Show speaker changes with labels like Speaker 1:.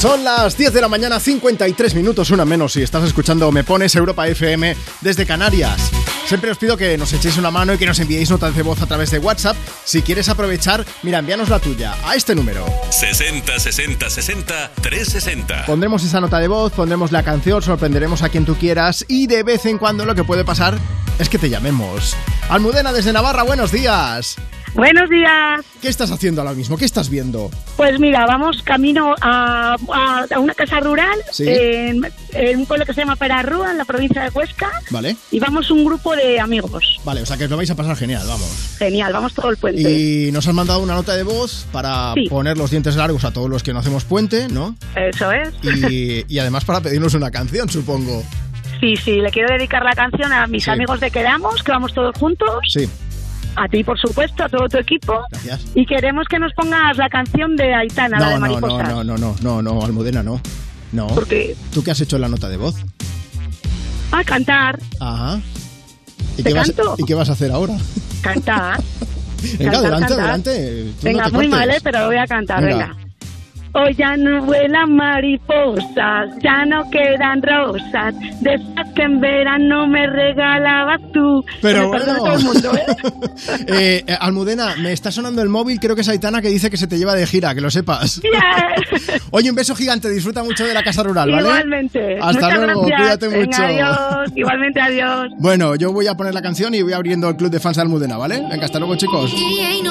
Speaker 1: Son las 10 de la mañana, 53 minutos, una menos. Si estás escuchando Me Pones Europa FM desde Canarias. Siempre os pido que nos echéis una mano y que nos enviéis notas de voz a través de WhatsApp. Si quieres aprovechar, mira, envíanos la tuya a este número.
Speaker 2: 60 60 60 360.
Speaker 1: Pondremos esa nota de voz, pondremos la canción, sorprenderemos a quien tú quieras y de vez en cuando lo que puede pasar es que te llamemos. Almudena desde Navarra, buenos días.
Speaker 3: Buenos días.
Speaker 1: ¿Qué estás haciendo ahora mismo? ¿Qué estás viendo?
Speaker 3: Pues mira, vamos camino a, a- a una casa rural
Speaker 1: Sí.
Speaker 3: en, en un pueblo que se llama Perarrúa, en la provincia de Huesca.
Speaker 1: Vale,
Speaker 3: Y vamos un grupo de amigos.
Speaker 1: vale, o sea que os lo vais a pasar genial, vamos.
Speaker 3: Genial, vamos todo el puente.
Speaker 1: Y nos has mandado una nota de voz para
Speaker 3: Sí.
Speaker 1: poner los dientes largos a todos los que no hacemos puente, ¿no?
Speaker 3: Eso es.
Speaker 1: Y, y además para pedirnos una canción, supongo.
Speaker 3: Sí, sí, le quiero dedicar la canción a mis
Speaker 1: Sí.
Speaker 3: amigos de Quedamos, que vamos todos juntos.
Speaker 1: Sí,
Speaker 3: A ti, por supuesto, a todo tu equipo.
Speaker 1: gracias.
Speaker 3: Y queremos que nos pongas la canción de Aitana, la de
Speaker 1: No, no, no,
Speaker 3: Mariposa.
Speaker 1: no, no, no, no, no, Almudena, no. No.
Speaker 3: Porque
Speaker 1: ¿Tú qué has hecho en la nota de voz?
Speaker 3: a cantar,
Speaker 1: Ajá. ¿Y
Speaker 3: ¿Te
Speaker 1: qué, vas,
Speaker 3: canto?
Speaker 1: ¿Y qué vas a hacer ahora?
Speaker 3: cantar.
Speaker 1: Venga,
Speaker 3: Cantar,
Speaker 1: adelante,
Speaker 3: cantar.
Speaker 1: adelante. Tú no
Speaker 3: venga,
Speaker 1: te
Speaker 3: muy
Speaker 1: cortes.
Speaker 3: mal, ¿eh? pero voy a cantar,
Speaker 1: Venga.
Speaker 3: venga. Hoy ya no vuelan mariposas, ya no quedan rosas, de esas que en verano me regalabas tú.
Speaker 1: Pero
Speaker 3: Que me
Speaker 1: bueno.
Speaker 3: perdone todo el mundo, ¿eh?
Speaker 1: Eh, eh, Almudena, me está sonando el móvil, creo que es Aitana que dice que se te lleva de gira, que lo sepas.
Speaker 3: Ya.
Speaker 1: Oye, un beso gigante, disfruta mucho de la casa rural, ¿vale?
Speaker 3: Igualmente.
Speaker 1: Hasta
Speaker 3: Muchas
Speaker 1: luego,
Speaker 3: gracias.
Speaker 1: cuídate
Speaker 3: Venga,
Speaker 1: mucho.
Speaker 3: Adiós. Igualmente, adiós.
Speaker 1: Bueno, yo voy a poner la canción y voy abriendo el club de fans de Almudena, ¿vale? Venga, hasta luego, chicos.
Speaker 4: Y no